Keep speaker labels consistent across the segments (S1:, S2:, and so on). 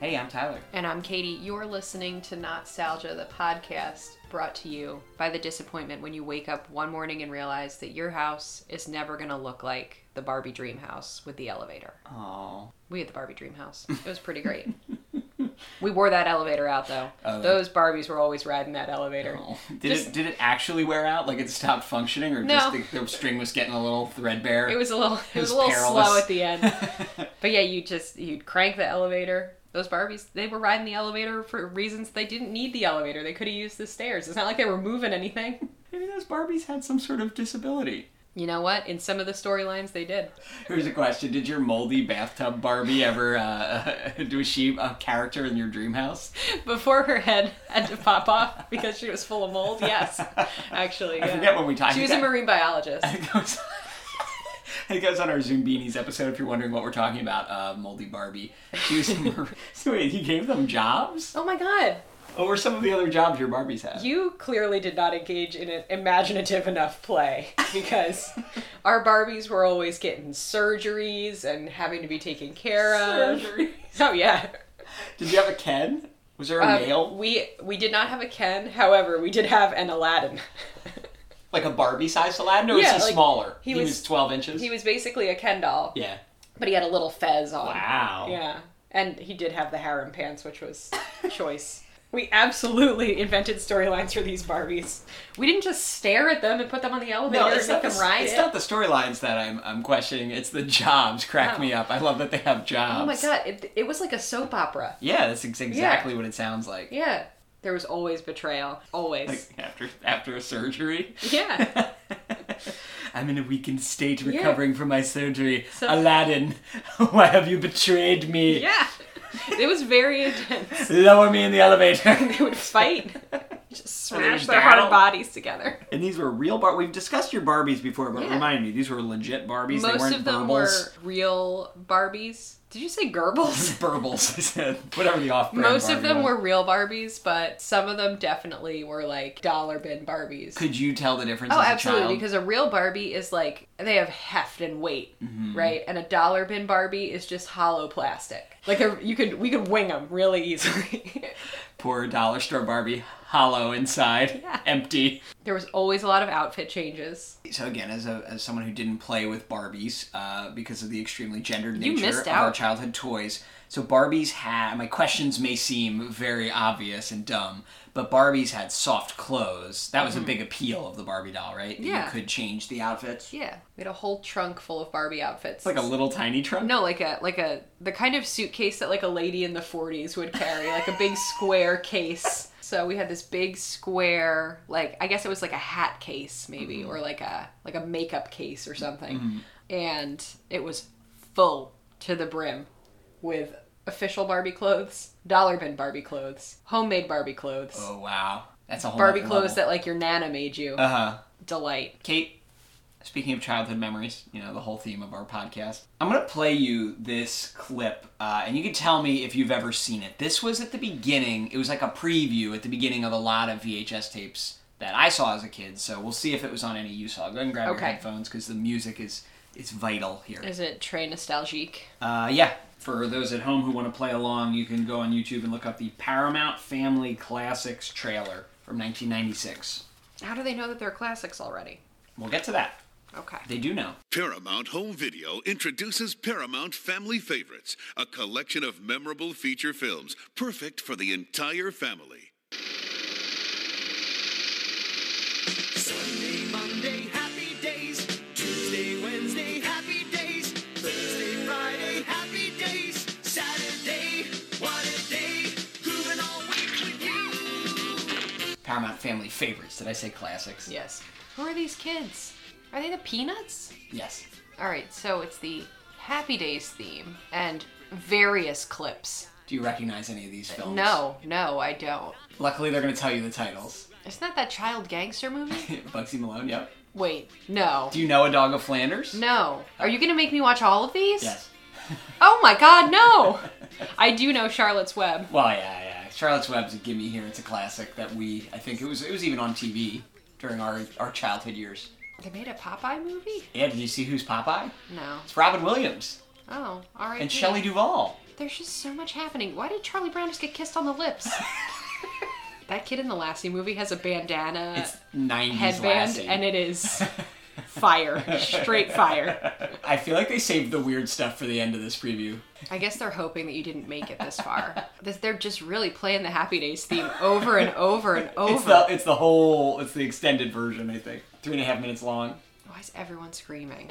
S1: Hey, I'm Tyler.
S2: And I'm Katie. You're listening to Nostalgia, the podcast brought to you by the disappointment when you wake up one morning and realize that your house is never going to look like the Barbie dream house with the elevator.
S1: Oh,
S2: We had the Barbie dream house. It was pretty great. we wore that elevator out though.
S1: Oh.
S2: Those Barbies were always riding that elevator.
S1: did
S2: Just-
S1: it did it actually wear out? Like it stopped functioning, or
S2: No.
S1: just the, the string was getting a little threadbare?
S2: It was a little it
S1: was
S2: was, a little
S1: perilous.
S2: slow at the end. But yeah, you just you'd crank the elevator. Those Barbies, they were riding the elevator for reasons they didn't need the elevator. They could have used the stairs. It's not like they were moving anything.
S1: Maybe those Barbies had some sort of disability.
S2: You know what? In some of the storylines, they did.
S1: Here's a question: Did your moldy bathtub Barbie ever uh, was she a character in your dream house?
S2: Before her head had to pop off because she was full of mold. Yes, actually,
S1: I
S2: yeah.
S1: forget when we talked.
S2: She was a
S1: about-
S2: marine biologist.
S1: I think it was- I think it was on our Zoom Beanies episode. If you're wondering what we're talking about, uh, moldy Barbie. She was. a mar- so wait, you gave them jobs?
S2: Oh my god,
S1: What were some of the other jobs your Barbies had?
S2: you clearly did not engage in an imaginative enough play because our Barbies were always getting surgeries and having to be taken care of.
S1: Surgery.
S2: Oh yeah.
S1: Did you have a Ken? Was there a
S2: Um,
S1: male?
S2: We we did not have a Ken. However, we did have an Aladdin.
S1: Like a Barbie sized Aladdin, or
S2: Yeah,
S1: was he
S2: like,
S1: smaller?
S2: he
S1: was,
S2: was-
S1: 12 inches?
S2: he was basically a Ken doll,
S1: yeah.
S2: but he had a little fez on.
S1: Wow.
S2: Yeah, and he did have the harem pants, which was choice. We absolutely invented storylines for these Barbies. We didn't just stare at them and put them on the elevator
S1: No,
S2: and
S1: it's
S2: make
S1: not, the,
S2: them ride
S1: it's
S2: it.
S1: not the storylines that I'm, I'm questioning. It's the jobs crack me up. I love that they have jobs.
S2: oh my god, it, it was like a soap opera.
S1: Yeah, that's ex- exactly what it sounds like.
S2: Yeah, there was always betrayal. Always.
S1: Like after after a surgery.
S2: yeah.
S1: I'm in a weakened state recovering from my surgery.
S2: So-
S1: Aladdin, why have you betrayed me?
S2: Yeah. It was very intense.
S1: Lower me in the elevator.
S2: They would fight. Just smash
S1: They
S2: their
S1: battle.
S2: hard bodies together.
S1: And these were real Bar. We've discussed your Barbies before, but
S2: Yeah.
S1: remind me, these were legit Barbies. they
S2: Most
S1: weren't
S2: of them
S1: Burbles.
S2: were real Barbies. Did you say Goebbels?
S1: Burbles, I said. Whatever the off.
S2: Most of them were real Barbies, but some of them definitely were like dollar bin Barbies.
S1: Could you tell the difference?
S2: oh,
S1: as
S2: absolutely,
S1: A child?
S2: because a real Barbie is like they have heft and weight,
S1: Mm-hmm.
S2: right? And a dollar bin Barbie is just hollow plastic. Like they're- you could we could wing them really easily.
S1: poor dollar store Barbie, hollow inside,
S2: Yeah.
S1: empty.
S2: there was always a lot of outfit changes.
S1: So again, as a as someone who didn't play with Barbies uh, because of the extremely gendered
S2: You
S1: nature
S2: missed
S1: of our
S2: out.
S1: childhood toys, so Barbies had my questions may seem very obvious and dumb, but Barbies had soft clothes. That was a big appeal of the Barbie doll, right? That
S2: Mm-hmm. Yeah.
S1: you could change the outfits.
S2: Yeah, we had a whole trunk full of Barbie outfits.
S1: It's like a little tiny trunk.
S2: No, like a like a the kind of suitcase that like a lady in the 40s would carry, like a big square case. So we had this big square, like I guess it was like a hat case maybe
S1: Mm-hmm.
S2: or like a like a makeup case or something. And it was full to the brim with official Barbie clothes, dollar bin Barbie clothes, homemade Barbie clothes,
S1: Oh wow, that's a whole
S2: Barbie clothes that like your nana made you.
S1: Uh huh.
S2: Delight.
S1: Kate, speaking of childhood memories, you know the whole theme of our podcast. I'm gonna play you this clip, uh, and you can tell me if you've ever seen it. This was at the beginning. It was like a preview at the beginning of a lot of VHS tapes that I saw as a kid. So we'll see if it was on any you saw. Go ahead and grab your
S2: Okay.
S1: headphones because the music is is vital here.
S2: Is it très nostalgique?
S1: Uh, yeah. For those at home who want to play along, you can go on YouTube and look up the Paramount Family Classics trailer from 1996.
S2: How do they know that they're classics already?
S1: We'll get to that.
S2: Okay.
S1: They do know.
S3: Paramount Home Video introduces Paramount Family Favorites, a collection of memorable feature films perfect for the entire family.
S4: Sunday, Monday, happy days. Tuesday, Wednesday, happy days. Thursday, Friday, happy days. Saturday, what a day. Grooving all week with you.
S1: Paramount Family favorites. Did I say classics?
S2: Yes. Who are these kids? Are they the Peanuts?
S1: Yes.
S2: All right, so it's the Happy Days theme and various clips.
S1: Do you recognize any of these films?
S2: No, no, I don't.
S1: Luckily, they're going to tell you the titles.
S2: Isn't that that child gangster movie?
S1: Bugsy Malone. Yep.
S2: Wait, no.
S1: Do you know A Dog of Flanders?
S2: No. Are you going to make me watch all of these?
S1: Yes.
S2: Oh my god, no! I do know Charlotte's Web.
S1: Well, yeah, yeah. Charlotte's Web's a gimme here. It's a classic that we. I think it was. It was even on TV during our our childhood years.
S2: They made a Popeye movie?
S1: Yeah. Did you see who's Popeye?
S2: No.
S1: It's Robin Williams
S2: Oh, all right.
S1: and Shelley Duvall.
S2: There's just so much happening. Why did Charlie Brown just get kissed on the lips? that kid in the Lassie movie has a bandana
S1: It's 90s
S2: Uh, headband,
S1: Lassie.
S2: and it is fire, straight fire.
S1: I feel like they saved the weird stuff for the end of this preview.
S2: I guess they're hoping that you didn't make it this far. This- They're just really playing the Happy Days theme over and over and over.
S1: It's the it's the whole it's the extended version. I think three and a half minutes long.
S2: Why is everyone screaming?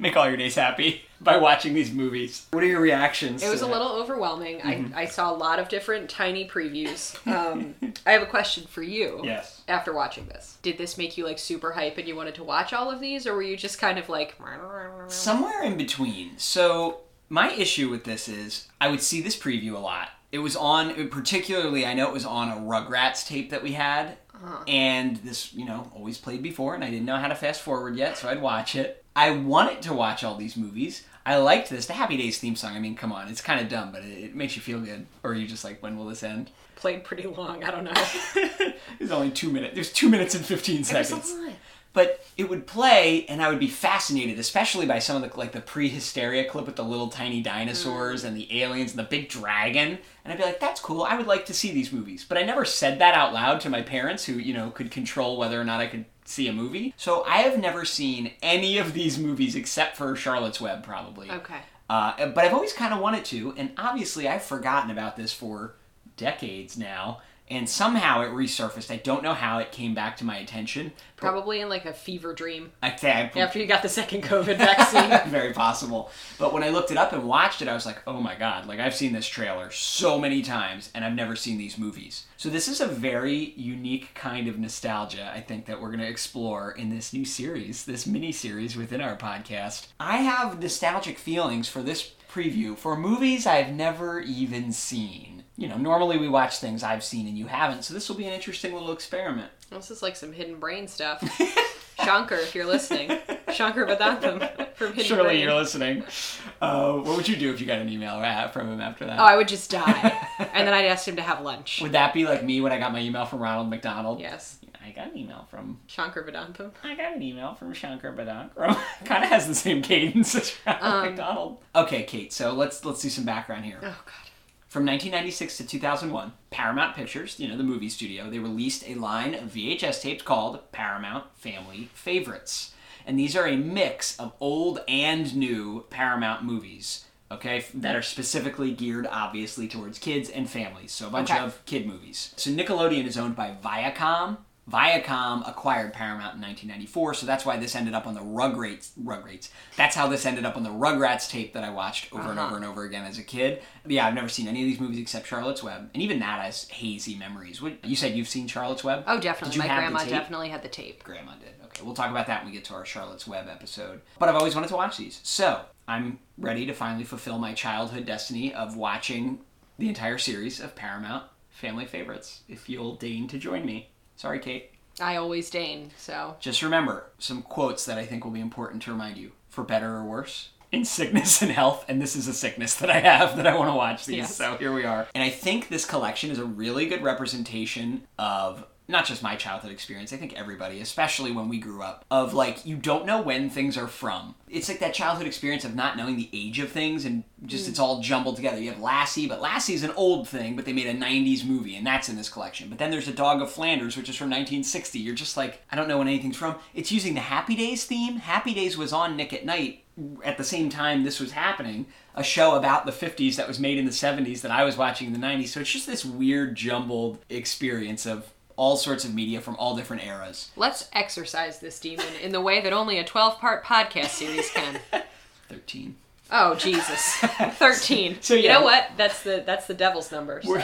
S1: Make all your days happy by watching these movies. What are your reactions?
S2: It was
S1: to
S2: a
S1: that?
S2: little overwhelming. I, I saw a lot of different tiny previews. Um, I have a question for you.
S1: Yes.
S2: After watching this, did this make you like super hype and you wanted to watch all of these, or were you just kind of like,
S1: somewhere in between. So my issue with this is I would see this preview a lot. It was on, particularly, I know it was on a Rugrats tape that we had, and this, you know, always played before, and I didn't know how to fast forward yet, so I'd watch it. I wanted to watch all these movies. I liked this, the Happy Days theme song. I mean, come on, it's kind of dumb, but it, it makes you feel good. Or you just like, when will this end?
S2: played pretty long? I don't know.
S1: There's only two minutes. There's two minutes and fifteen
S2: was a
S1: seconds.
S2: lot.
S1: But it would play, and I would be fascinated, especially by some of the like the pre-hysteria clip with the little tiny dinosaurs and the aliens and the big dragon. And I'd be like, "That's cool. I would like to see these movies." But I never said that out loud to my parents, who you know could control whether or not I could see a movie. So I have never seen any of these movies except for Charlotte's Web, probably.
S2: okay.
S1: Uh, but I've always kind of wanted to, and obviously I've forgotten about this for decades now, and somehow it resurfaced. I don't know how it came back to my attention.
S2: Probably in like a fever dream
S1: I think I-
S2: after you got the second COVID vaccine.
S1: very possible. But when I looked it up and watched it, I was like, oh my god, like I've seen this trailer so many times, and I've never seen these movies. So this is a very unique kind of nostalgia, I think, that we're going to explore in this new series, this mini series within our podcast. I have nostalgic feelings for this preview for movies I've never even seen. You know, normally we watch things I've seen and you haven't, so this will be an interesting little experiment.
S2: This is like some hidden brain stuff. Shankar, if you're listening, Shankar Vedantam from Hidden
S1: Surely
S2: Brain.
S1: you're listening. Uh, what would you do if you got an email or app from him after that?
S2: Oh, I would just die, and then I'd ask him to have lunch.
S1: Would that be like me when I got my email from Ronald McDonald?
S2: Yes,
S1: I got an email from.
S2: Shankar Vedantam.
S1: I got an email from Shankar Badankram. kind of has the same cadence as Ronald McDonald. Okay, Kate. So let's let's do some background here.
S2: Oh God.
S1: From 1996 to 2001, Paramount Pictures, you know, the movie studio, they released a line of VHS tapes called Paramount Family Favorites. And these are a mix of old and new Paramount movies, okay, f- that are specifically geared, obviously, towards kids and families. So a bunch
S2: Okay.
S1: of kid movies. So Nickelodeon is owned by Viacom. Viacom acquired Paramount in 1994, so that's why this ended up on the Rugrats. Rugrats. That's how this ended up on the Rugrats tape that I watched over
S2: Uh-huh.
S1: and over and over again as a kid. Yeah, I've never seen any of these movies except Charlotte's Web, and even that has hazy memories. What, you said you've seen Charlotte's Web?
S2: Oh, definitely.
S1: Did you
S2: My
S1: have the
S2: grandma
S1: tape?
S2: definitely had the tape.
S1: Grandma did. Okay, we'll talk about that when we get to our Charlotte's Web episode. But I've always wanted to watch these, so I'm ready to finally fulfill my childhood destiny of watching the entire series of Paramount Family Favorites. If you'll deign to join me, sorry, Kate.
S2: I always deign, so
S1: Just remember some quotes that I think will be important to remind you, for better or worse. In sickness and health, and this is a sickness that I have that I want to watch these.
S2: Yes.
S1: So here we are. And I think this collection is a really good representation of not just my childhood experience, I think everybody, especially when we grew up, of like you don't know when things are from. It's like that childhood experience of not knowing the age of things and just it's all jumbled together. You have Lassie, but Lassie's an old thing, but they made a 90s movie and that's in this collection. But then there's A Dog of Flanders, which is from 1960. You're just like, I don't know when anything's from. It's using the Happy Days theme. Happy Days was on Nick at Night at the same time this was happening, a show about the 50s that was made in the 70s that I was watching in the 90s. So it's just this weird, jumbled experience of all sorts of media from all different eras.
S2: let's exercise this demon in the way that only a 12 part podcast series can.
S1: 13.
S2: Oh Jesus, thirteen.
S1: So,
S2: you
S1: yeah.
S2: know what? That's the that's the devil's number. So.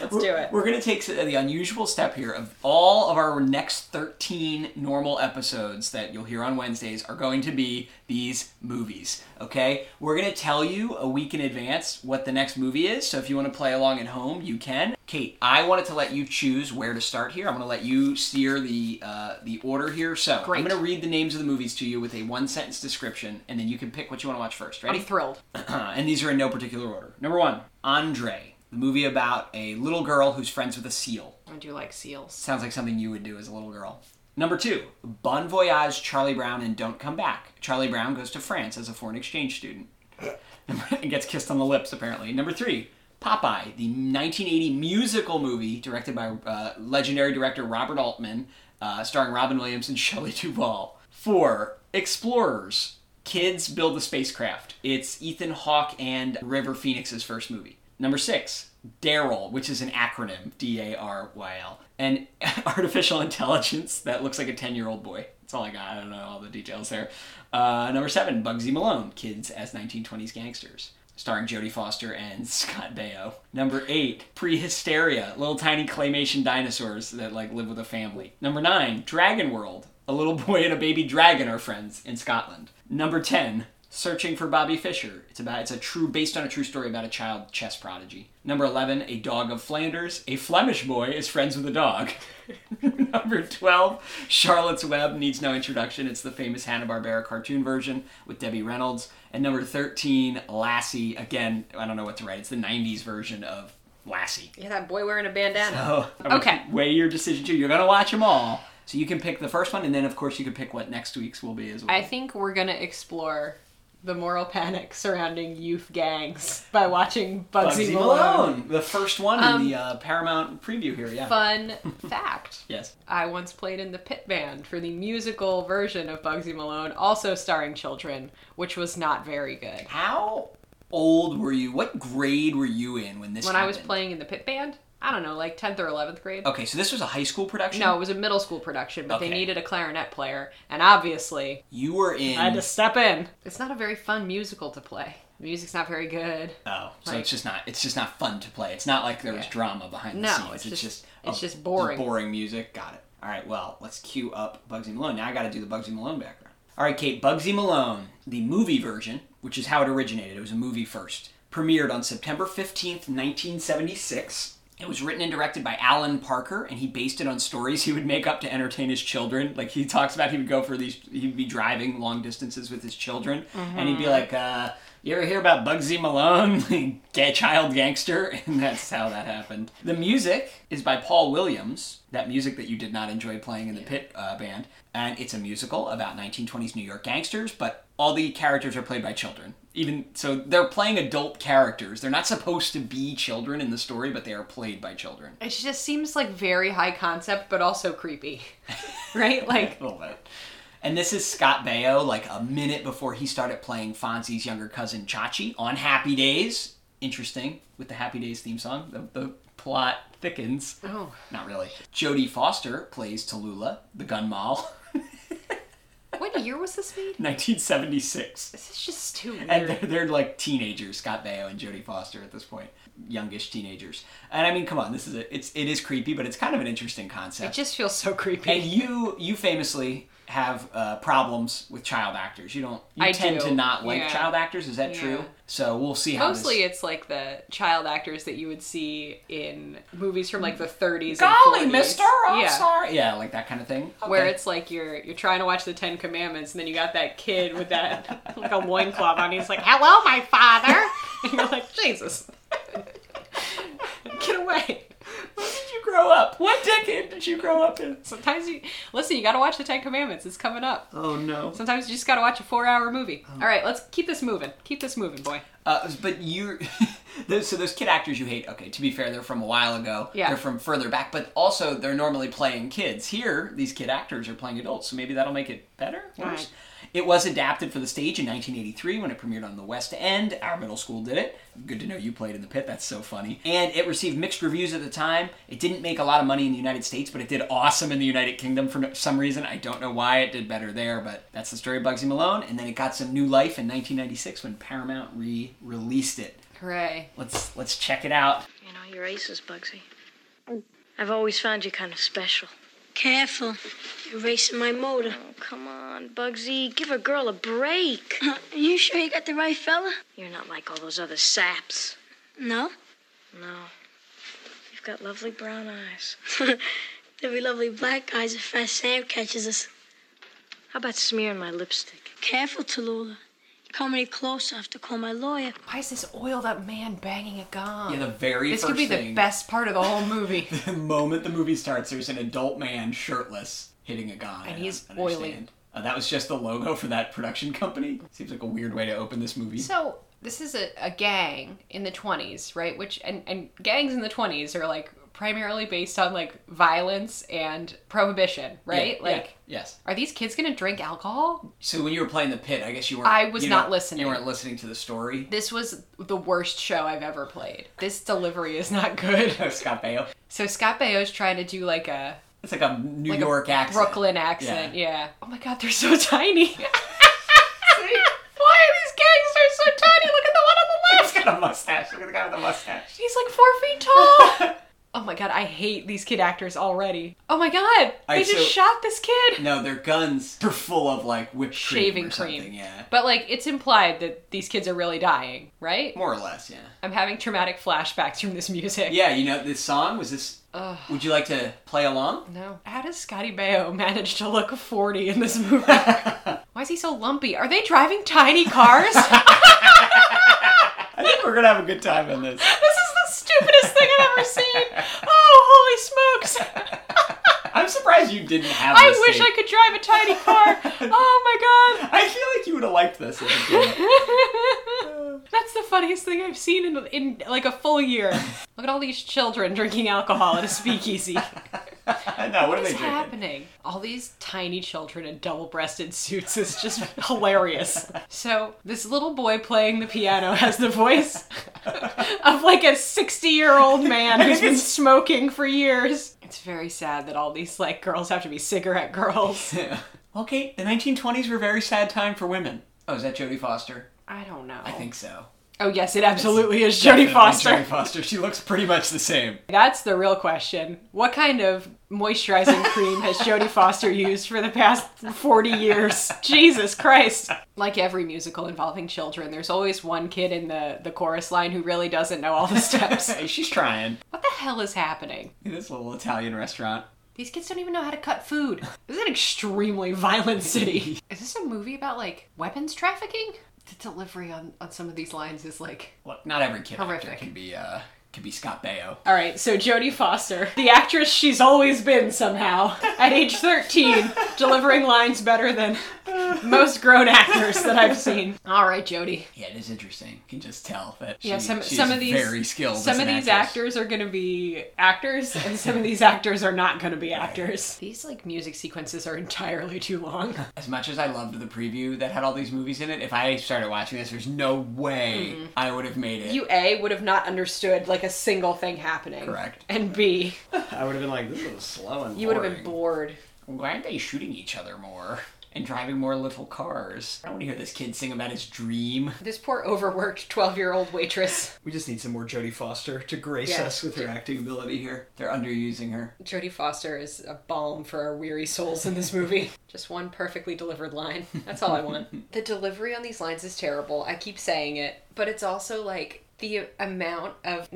S2: Let's do it.
S1: We're going to take uh, the unusual step here of all of our next 13 normal episodes that you'll hear on Wednesdays are going to be these movies, okay? We're going to tell you a week in advance what the next movie is, so if you want to play along at home, you can. Kate, I wanted to let you choose where to start here. I'm going to let you steer the uh, the order here. So
S2: Great.
S1: I'm going to read the names of the movies to you with a one sentence description, and then you can pick what you want to watch first. Ready?
S2: I'm thrilled.
S1: Uh, and these are in no particular order. Number one, Andre, the movie about a little girl who's friends with a seal.
S2: I do like seals.
S1: Sounds like something you would do as a little girl. Number two, Bon Voyage, Charlie Brown, and Don't Come Back. Charlie Brown goes to France as a foreign exchange student. and gets kissed on the lips, apparently. Number three, Popeye, the 1980 musical movie directed by uh, legendary director Robert Altman, uh, starring Robin Williams and Shelley Duvall. Four, Explorers, Kids Build a Spacecraft. It's Ethan Hawke and River Phoenix's first movie. Number six, Daryl, which is an acronym, D A R Y L, an artificial intelligence that looks like a 10 year old boy. That's all I got. I don't know all the details there. Uh, number seven, Bugsy Malone, Kids as 1920s Gangsters, starring Jodie Foster and Scott Baio. Number eight, Prehysteria, little tiny claymation dinosaurs that like live with a family. Number nine, Dragon World, a little boy and a baby dragon are friends in Scotland. Number ten, Searching for Bobby Fischer. It's about it's a true based on a true story about a child chess prodigy. Number eleven, A Dog of Flanders. A Flemish boy is friends with a dog. Number twelve, Charlotte's Web needs no introduction. It's the famous Hanna Barbera cartoon version with Debbie Reynolds. And number thirteen, Lassie. Again, I don't know what to write. It's the '90s version of Lassie.
S2: Yeah, that boy wearing a bandana.
S1: Oh, I would
S2: Okay.
S1: Weigh your decision too. You're gonna watch them all, so you can pick the first one, and then of course you can pick what next week's will be as well.
S2: I think we're gonna explore the moral panic surrounding youth gangs by watching Bugsy,
S1: Bugsy
S2: Malone.
S1: Malone, the first one
S2: Um,
S1: in the uh, Paramount preview here. Yeah.
S2: Fun fact.
S1: Yes.
S2: I once played in the pit band for the musical version of Bugsy Malone, also starring children, which was not very good.
S1: How old were you? What grade were you in when this?
S2: When I was
S1: happened?
S2: playing in the pit band, I don't know, like 10th or 11th grade.
S1: Okay, so this was a high school production.
S2: No, it was a middle school production, but they
S1: Okay.
S2: needed a clarinet player, and obviously,
S1: You were in.
S2: I had to step in. It's not a very fun musical to play. The music's not very good.
S1: Oh, so
S2: like-
S1: it's just not. It's just not fun to play. It's not like there was
S2: Yeah.
S1: drama behind the
S2: No,
S1: scenes.
S2: it's
S1: It's,
S2: just-
S1: just.
S2: it's
S1: oh,
S2: just boring.
S1: Boring music. Got it. All right. Well, let's cue up Bugsy Malone. Now I got to do the Bugsy Malone background. All right, Kate. Bugsy Malone, the movie version, which is how it originated. It was a movie first. Premiered on September fifteenth, nineteen seventy-six. It was written and directed by Alan Parker, and he based it on stories he would make up to entertain his children. Like he talks about, he would go for these. He'd be driving long distances with his children, and he'd be
S2: Mm-hmm.
S1: like, uh, "You ever hear about Bugsy Malone, gay child gangster?" And that's how that happened. The music is by Paul Williams. That music that you did not enjoy playing in the pit uh, band, and it's a musical about 1920s New York gangsters, but all the characters are played by children. Even so, they're playing adult characters. They're not supposed to be children in the story, but they are played by children.
S2: It just seems like very high concept, but also creepy. right? Like,
S1: A little bit. Oh, And this is Scott Baio, like a minute before he started playing Fonzie's younger cousin Chachi on Happy Days. Interesting, with the Happy Days theme song, the, the plot thickens.
S2: oh,
S1: Not really. Jodie Foster plays Tallulah, the gun moll,
S2: what year was this made?
S1: 1976.
S2: This is just too weird.
S1: And they're, they're like teenagers, Scott Baio and Jodie Foster at this point, youngish teenagers. And I mean, come on, this is a, it's it is creepy, but it's kind of an interesting
S2: it
S1: concept.
S2: just feels so creepy.
S1: and you you famously have uh, problems with child actors. You don't you
S2: I
S1: tend
S2: do,
S1: to not like
S2: yeah.
S1: child actors. Is that
S2: Yeah.
S1: true? So we'll see how
S2: Mostly
S1: This...
S2: it's like the child actors that you would see in movies from like the 30s.
S1: Golly,
S2: and 40s.
S1: Mister, I'm
S2: yeah.
S1: sorry. Yeah, like that kind of thing.
S2: Where
S1: Okay.
S2: it's like you're you're trying to watch the Ten Commandments and then you got that kid with that like a loincloth on. He's like, "Hello, my father," and you're like, "Jesus, get away!"
S1: when did you grow up? What decade did you grow up in?
S2: Sometimes you listen. You got to watch the Ten Commandments. It's coming up.
S1: Oh no.
S2: Sometimes you just got to watch a four-hour movie. All right, let's keep this moving. Keep this moving, boy.
S1: Uh, but you, those, so those kid actors you hate. Okay, to be fair, they're from a while ago.
S2: Yeah.
S1: they're from further back, but also they're normally playing kids. Here, these kid actors are playing adults, so maybe that'll make it better. Worse.
S2: Right.
S1: It was adapted for the stage in 1983 when it premiered on the West End. Our middle school did it. Good to know you played in the pit. That's so funny. And it received mixed reviews at the time. It didn't make a lot of money in the United States, but it did awesome in the United Kingdom for no- some reason. I don't know why it did better there, but that's the story of Bugsy Malone. And then it got some new life in 1996 when Paramount re-released it.
S2: Hooray!
S1: Let's let's check it out.
S5: You know, you're aces, Bugsy. I've always found you kind of special.
S6: Careful. You're racing my motor.
S5: Oh, come on, Bugsy. Give a girl a break.
S6: Are you sure you got the right fella?
S5: You're not like all those other saps.
S6: No.
S5: No. You've got lovely brown eyes.
S6: There'll be lovely black eyes if Fat Sam catches us.
S5: How about smearing my lipstick?
S6: Careful, Tallulah. You come any closer, I have to call my lawyer.
S2: Why is this oiled-up man banging a gun?
S1: Yeah, the very
S2: this
S1: first
S2: could be the
S1: thing-
S2: best part of the whole movie.
S1: the moment the movie starts, there's an adult man shirtless hitting a gun.
S2: And
S1: I
S2: he's
S1: don't understand.
S2: oily.
S1: Uh, that was just the logo for that production company. Seems like a weird way to open this movie.
S2: So this is a, a gang in the 20s right which and, and gangs in the 20s are like primarily based on like violence and prohibition right
S1: Yeah,
S2: like
S1: yeah, yes.
S2: are these kids gonna drink alcohol
S1: So when you were playing the pit, I guess you weren't.
S2: I was
S1: you
S2: not
S1: don't-
S2: listening.
S1: You weren't listening to the story.
S2: this was the worst show i've ever played this delivery is not good
S1: of Scott Baio.
S2: so scott baio's trying to do like a
S1: It's like a New
S2: like a
S1: York accent.
S2: brooklyn accent
S1: Yeah.
S2: yeah. oh my god they're so tiny why are these gangsters so tiny look at the one on the left
S1: He's got a mustache. Look at the guy with the mustache.
S2: He's like four feet tall. oh my god, I hate these kid actors already. Oh my god, they
S1: Alright,
S2: just
S1: so-
S2: shot this kid.
S1: No, their guns are full of like whipped cream
S2: Shaving
S1: or
S2: cream.
S1: something. Yeah,
S2: But like, it's implied that these kids are really dying, right?
S1: more or less. Yeah.
S2: I'm having traumatic flashbacks from this music.
S1: Yeah, you know this song was this. Would you like to play along?
S2: No. How does Scotty Baio manage to look 40 in this movie? Why is he so lumpy? Are they driving tiny cars? this is
S1: I think we're gonna have a good time in this.
S2: the stupidest thing I've ever seen. Oh, holy smokes.
S1: I'm surprised you didn't have.
S2: I
S1: this
S2: wish
S1: tape.
S2: I could drive a tiny car. Oh my god.
S1: I feel like you would have liked this. As a kid.
S2: That's the funniest thing I've seen in, in like a full year. Look at all these children drinking alcohol at a speakeasy.
S1: I know. What, are
S2: What's
S1: they drinking?
S2: happening? All these tiny children in double breasted suits is just hilarious. So, this little boy playing the piano has the voice of like a 60 year old man who's been smoking for years. It's very sad that all these like girls have to be cigarette girls.
S1: Okay, the 1920s were a very sad time for women. Oh, is that Jodie Foster?
S2: I don't know.
S1: I think so.
S2: Oh, yes, it absolutely is Jodie Foster.
S1: Jodie Foster. She looks pretty much the same.
S2: That's the real question. What kind of moisturizing cream has Jodie Foster used for the past 40 years? Jesus Christ. Like every musical involving children, there's always one kid in the, the chorus line who really doesn't know all the steps.
S1: Hey, she's trying.
S2: what the hell is happening?
S1: In this little Italian restaurant.
S2: These kids don't even know how to cut food. This is an extremely violent city. Is this a movie about like weapons trafficking? The delivery on, on some of these lines is like
S1: Look, not every kid actor
S2: Horrific.
S1: can be uh can be Scott Baio.
S2: All right, so Jodie Foster, the actress she's always been somehow, at age 13, delivering lines better than most grown actors that I've seen. All right, Jodie.
S1: Yeah, it is interesting. You can just tell that she,
S2: Yeah, some
S1: she
S2: some
S1: is
S2: of these
S1: very skilled. as
S2: Some of
S1: an
S2: these
S1: actress.
S2: actors are going to be actors, and some of these actors are not going to be actors. These like music sequences are entirely too long.
S1: As much as I loved the preview that had all these movies in it, if I started watching this, there's no way
S2: Mm-hmm.
S1: I would have made it.
S2: You a would have not understood like a single thing happening.
S1: Correct.
S2: And b
S1: I would have been like, this is slow and
S2: you would have been bored.
S1: Why aren't they shooting each other more and driving more little cars? I don't want to hear this kid sing about his dream.
S2: This poor overworked 12-year-old waitress,
S1: We just need some more Jodie Foster to grace
S2: Yeah.
S1: us with her acting ability here. They're underusing her.
S2: Jodie Foster is a balm for our weary souls in this movie. Just one perfectly delivered line. That's all I want. the delivery on these lines is terrible. I keep saying it, but it's also like the amount of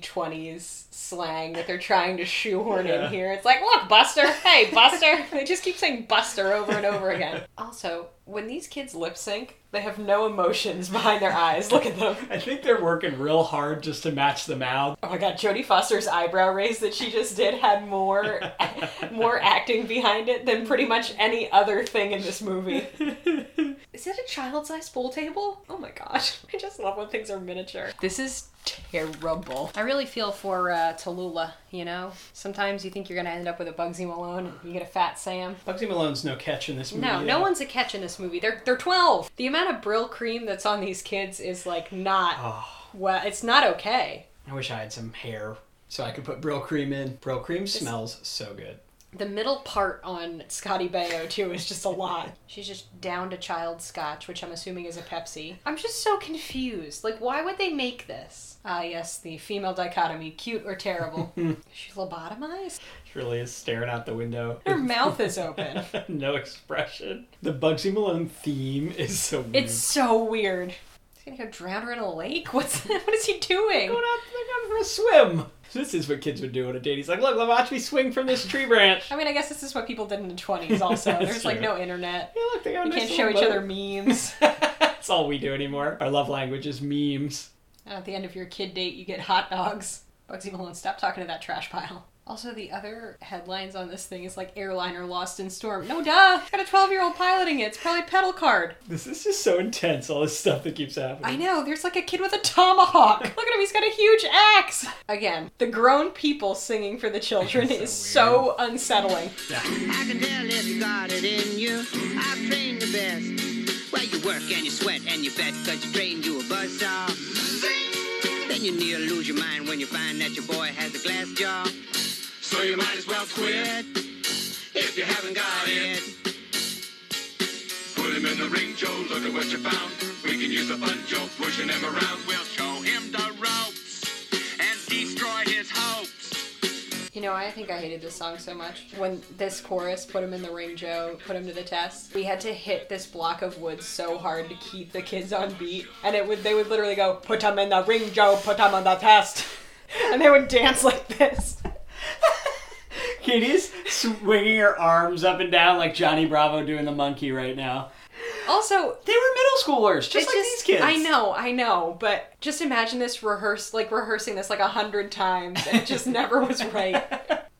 S2: 1920s slang that they're trying to shoehorn in here. It's like, look, Buster. Hey, Buster. they just keep saying Buster over and over again. Also, when these kids lip sync, they have no emotions behind their eyes. Look at them.
S7: I think they're working real hard just to match the mouth.
S2: Oh my god, Jodie Foster's eyebrow raise that she just did had more more acting behind it than pretty much any other thing in this movie. is it a child-sized pool table? Oh my gosh. I just love when things are miniature. This is terrible. I really feel for uh, Tallulah, you know? Sometimes you think you're gonna end up with a Bugsy Malone, you get a fat Sam.
S7: Bugsy Malone's no catch in this movie.
S2: No,
S7: though.
S2: no one's a catch in this movie. They're they're twelve. The amount of Brill cream that's on these kids is like not well. It's not okay.
S7: I wish I had some hair so I could put Brill Cream in. Brill Cream smells so good.
S2: The middle part on Scotty Bayo too is just a lot. She's just down to child scotch, which I'm assuming is a Pepsi. I'm just so confused. Like, why would they make this? Ah, yes, the female dichotomy: cute or terrible. She's lobotomized.
S7: She really is staring out the window.
S2: Her mouth is open.
S7: no expression. The Bugsy Malone theme is so weird.
S2: It's so weird. He's gonna go drown her in a lake. What's what is he doing?
S7: going out, they're going for a swim. This is what kids would do on a date. He's like, look, watch me swing from this tree branch.
S2: I mean, I guess this is what people did in the 20s. Also,
S7: That's
S2: there's like
S7: true.
S2: no internet.
S7: Hey, look, they got a
S2: You
S7: nice
S2: can't show each
S7: little
S2: other
S7: boat.
S2: memes.
S7: That's all we do anymore. Our love language is memes.
S2: And at the end of your kid date, you get hot dogs. Bugsy Malone, stop talking to that trash pile. Also, the other headlines on this thing is like airliner lost in storm. No, duh. Got a 12 year old piloting it. It's probably pedal card.
S1: This is just so intense, all this stuff that keeps happening.
S2: I know, there's like a kid with a tomahawk. Look at him, he's got a huge axe. Again, the grown people singing for the children is so unsettling.
S4: I can tell if you got it in you. I've trained the best. Well, you work and you sweat and you bet because you trained you a buzzsaw. Then you near lose your mind when you find that your boy has a glass jaw. So you might as well quit if you haven't got it. Put him in the ring, Joe. Look at what you found. We can use the fun, Joe, pushing him around. We'll show him the ropes and destroy his hopes.
S2: You know, I think I hated this song so much. When this chorus, put him in the ring, Joe, put him to the test, we had to hit this block of wood so hard to keep the kids on beat. And it would they would literally go, put him in the ring, Joe, put him on the test. and they would dance like this.
S1: Katie's swinging her arms up and down like Johnny Bravo doing the monkey right now.
S2: Also,
S1: They were middle schoolers, just
S2: It's
S1: like these kids.
S2: I know, I know, but just imagine this rehearse, like rehearsing this like a hundred times, and it just never was right.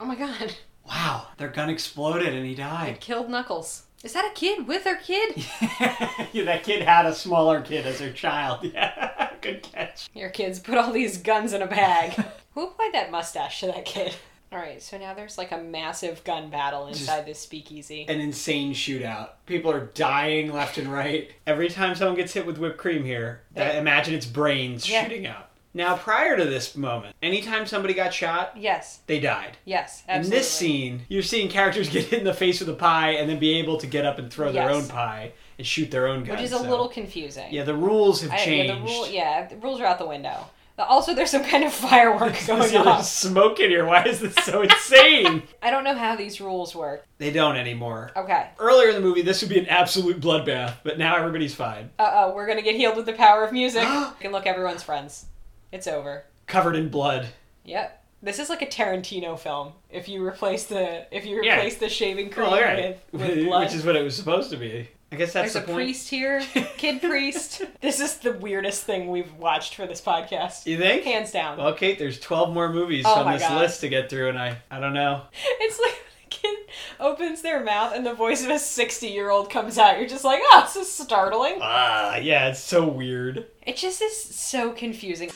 S2: Oh my god,
S1: Wow, their gun exploded and he died.
S2: killed Knuckles. Is that a kid with her kid?
S1: yeah, that kid had a smaller kid as her child. Yeah, good catch.
S2: Your kids put all these guns in a bag. Who applied that mustache to that kid? All right, so now there's like a massive gun battle inside this speakeasy.
S1: An insane shootout. People are dying left and right. Every time someone gets hit with whipped cream here, that, imagine its brains
S2: Yeah.
S1: shooting out. Now, prior to this moment, anytime somebody got shot,
S2: Yes,
S1: they died.
S2: yes, absolutely.
S1: In this scene, you're seeing characters get hit in the face with a pie and then be able to get up and throw their
S2: Yes.
S1: own pie and shoot their own gun.
S2: which is a
S1: so-
S2: little confusing.
S1: Yeah, the rules have
S2: I-
S1: changed.
S2: yeah, the rule, yeah, the rules are out the window. Also, there's some kind of firework going
S1: So
S2: on.
S1: there's smoke in Oh, here. Why is this so insane?
S2: I don't know how these rules work.
S1: They don't anymore.
S2: Okay,
S1: Earlier in the movie, this would be an absolute bloodbath, but now everybody's fine.
S2: uh oh, we're gonna get healed with the power of music. and look, everyone's friends. It's over.
S1: Covered in blood.
S2: Yep. This is like a Tarantino film. If you replace the if you
S1: Yeah.
S2: replace the shaving cream with, with blood.
S1: Which is what it was supposed to be. I guess that's
S2: There's a
S1: the point.
S2: priest here, kid priest. this is the weirdest thing we've watched for this podcast.
S1: You think?
S2: Hands down.
S1: Well, Kate, there's 12 more movies
S2: Oh
S1: on
S2: my
S1: this
S2: God.
S1: list to get through, and I, I don't know.
S2: It's like when a kid opens their mouth and the voice of a 60 year old comes out. You're just like, oh, this is startling.
S1: Ah, yeah, it's so weird.
S2: It just is so confusing.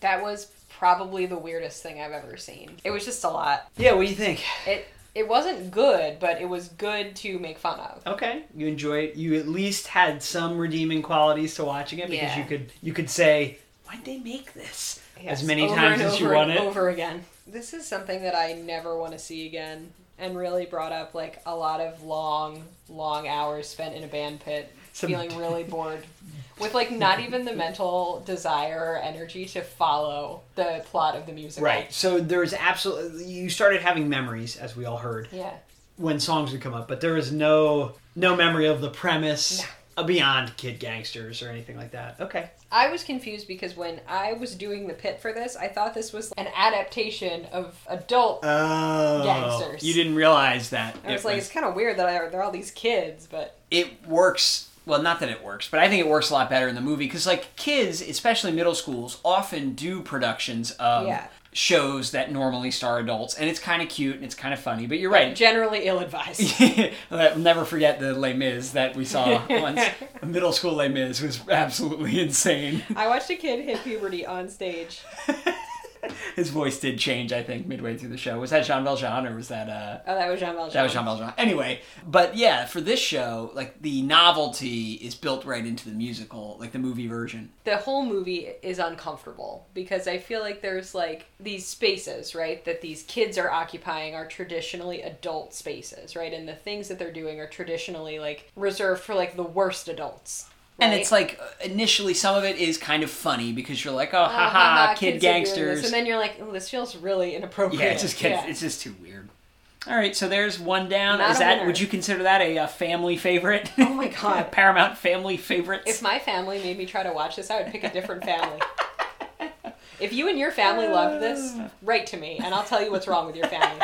S2: That was probably the weirdest thing I've ever seen. It was just a lot.
S1: Yeah, what do you think?
S2: It it wasn't good, but it was good to make fun of.
S1: Okay, you enjoy it. You at least had some redeeming qualities to watching it because
S2: Yeah.
S1: you could you could say, "Why'd they make this?"
S2: Yes,
S1: as many
S2: over
S1: times
S2: and
S1: as you
S2: over
S1: want
S2: and
S1: it.
S2: over again. This is something that I never want to see again, and really brought up like a lot of long, long hours spent in a band pit,
S1: Some-
S2: feeling really bored, with like not even the mental desire or energy to follow the plot of the musical.
S1: Right. So there's absolutely you started having memories as we all heard
S2: Yeah.
S1: when songs would come up, but there was no no memory of the premise uh, beyond Kid Gangsters or anything like that. Okay.
S2: I was confused because when I was doing the pit for this, I thought this was an adaptation of adult.
S1: Oh.
S2: Gangsters.
S1: You didn't realize that.
S2: I was
S1: it
S2: like,
S1: was-
S2: it's kind of weird that I, there are all these kids, but
S8: it works well not that it works but i think it works a lot better in the movie because like kids especially middle schools often do productions of
S2: Yeah.
S8: shows that normally star adults and it's kind of cute and it's kind of funny but you're right
S2: generally ill-advised.
S8: I'll never forget the Les Mis that we saw once. Middle school Les Mis was absolutely insane.
S2: I watched a kid hit puberty on stage.
S1: His voice did change, I think, midway through the show. Was that Jean Valjean or was that uh
S2: Oh, that was Jean Valjean.
S1: that was Jean Valjean. Anyway, but yeah, for this show, like the novelty is built right into the musical, like the movie version.
S2: the whole movie is uncomfortable because I feel like there's like these spaces, right, that these kids are occupying are traditionally adult spaces, right? And the things that they're doing are traditionally like reserved for like the worst adults.
S1: And
S2: right?
S1: it's like uh, initially some of it is kind of funny because you're like, oh,
S2: Oh,
S1: haha,
S2: haha,
S1: kid
S2: kids are doing this.
S1: gangsters.
S2: And then you're like, oh, this feels really inappropriate.
S1: yeah, it's just kids. It's just too weird. All right, so there's one down.
S2: Not
S1: is
S2: a
S1: that
S2: winner.
S1: would you consider that a, uh family favorite?
S2: Oh my God.
S1: Paramount family favorites.
S2: If my family made me try to watch this, I would pick a different family. if you and your family loved this,
S1: Uh.
S2: write to me and I'll tell you what's wrong with your family.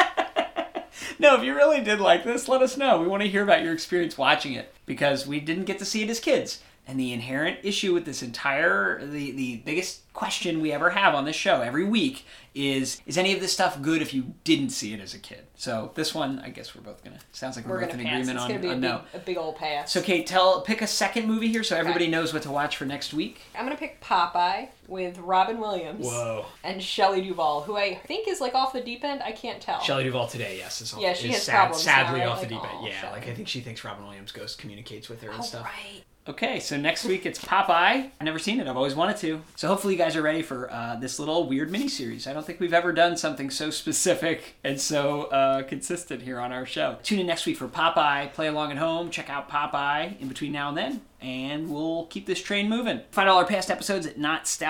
S1: No, if you really did like this, let us know. We want to hear about your experience watching it because we didn't get to see it as kids. And the inherent issue with this entire the the biggest question we ever have on this show every week is is any of this stuff good if you didn't see it as a kid? So this one, I guess we're both gonna sounds like we're,
S2: We're
S1: both
S2: gonna
S1: in
S2: pass.
S1: agreement
S2: it's
S1: on,
S2: gonna be a,
S1: on
S2: big,
S1: no.
S2: a big old pass.
S1: So Kate, tell pick a second movie here so everybody knows what to watch for next week.
S2: I'm gonna pick Popeye with Robin Williams
S7: Whoa.
S2: and Shelley Duvall, who I think is like off the deep end. I can't tell.
S7: Shelley Duvall today, yes, is,
S2: Yeah, she
S7: is
S2: has
S7: sad-
S2: problems now,
S7: sadly
S2: right?
S7: off the
S2: Like,
S7: deep end.
S2: aw,
S7: Yeah,
S2: Shelley. Oh,
S7: like I think she thinks Robin Williams Ghost communicates with her and
S2: All
S7: stuff.
S2: right.
S1: Okay, so next week it's Popeye. I've never seen it. I've always wanted to. So hopefully you guys are ready for uh, this little weird miniseries. I don't think we've ever done something so specific and so uh, consistent here on our show. Tune in next week for Popeye. Play along at home. Check out Popeye in between now and then. And we'll keep this train moving. Find all our past episodes at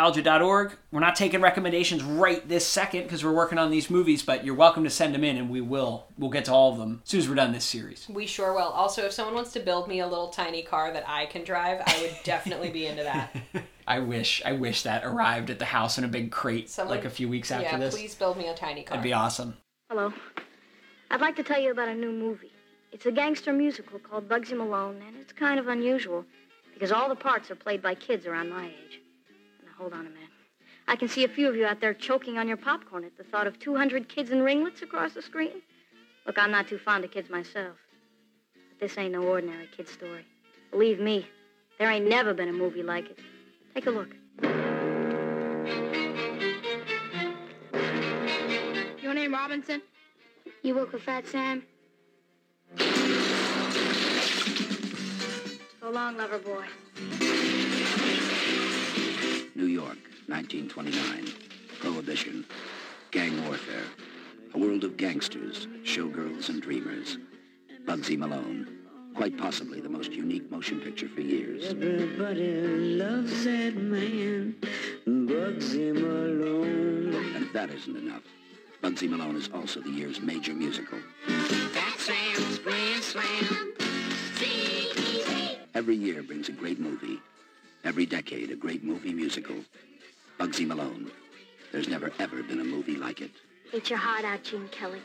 S1: nostalgia.org. We're not taking recommendations right this second because we're working on these movies, but you're welcome to send them in and we will. We'll get to all of them as soon as we're done this series.
S2: We sure will. Also, if someone wants to build me a little tiny car that I can drive, I would definitely be into that.
S1: I wish I wish that arrived at the house in a big crate
S2: Someone,
S1: like a few weeks after
S2: yeah,
S1: this.
S2: please build me a tiny car.
S1: That'd be awesome.
S5: Hello. I'd like to tell you about a new movie. It's a gangster musical called Bugsy Malone, and it's kind of unusual because all the parts are played by kids around my age. Now, hold on a minute. I can see a few of you out there choking on your popcorn at the thought of 200 kids in ringlets across the screen. Look, I'm not too fond of kids myself. But this ain't no ordinary kid story. Believe me, there ain't never been a movie like it. Take a look.
S6: Your name Robinson?
S5: You work with Fat Sam? So long, lover boy.
S9: New York, 1929. Prohibition. Gang warfare. A world of gangsters, showgirls, and dreamers. Bugsy Malone. Quite possibly the most unique motion picture for years.
S10: Everybody loves that man, Bugsy Malone.
S9: And if that isn't enough, Bugsy Malone is also the year's major musical. Every year brings a great movie. Every decade, a great movie musical. Bugsy Malone. There's never ever been a movie like it.
S5: Eat your heart out, Gene Kelly.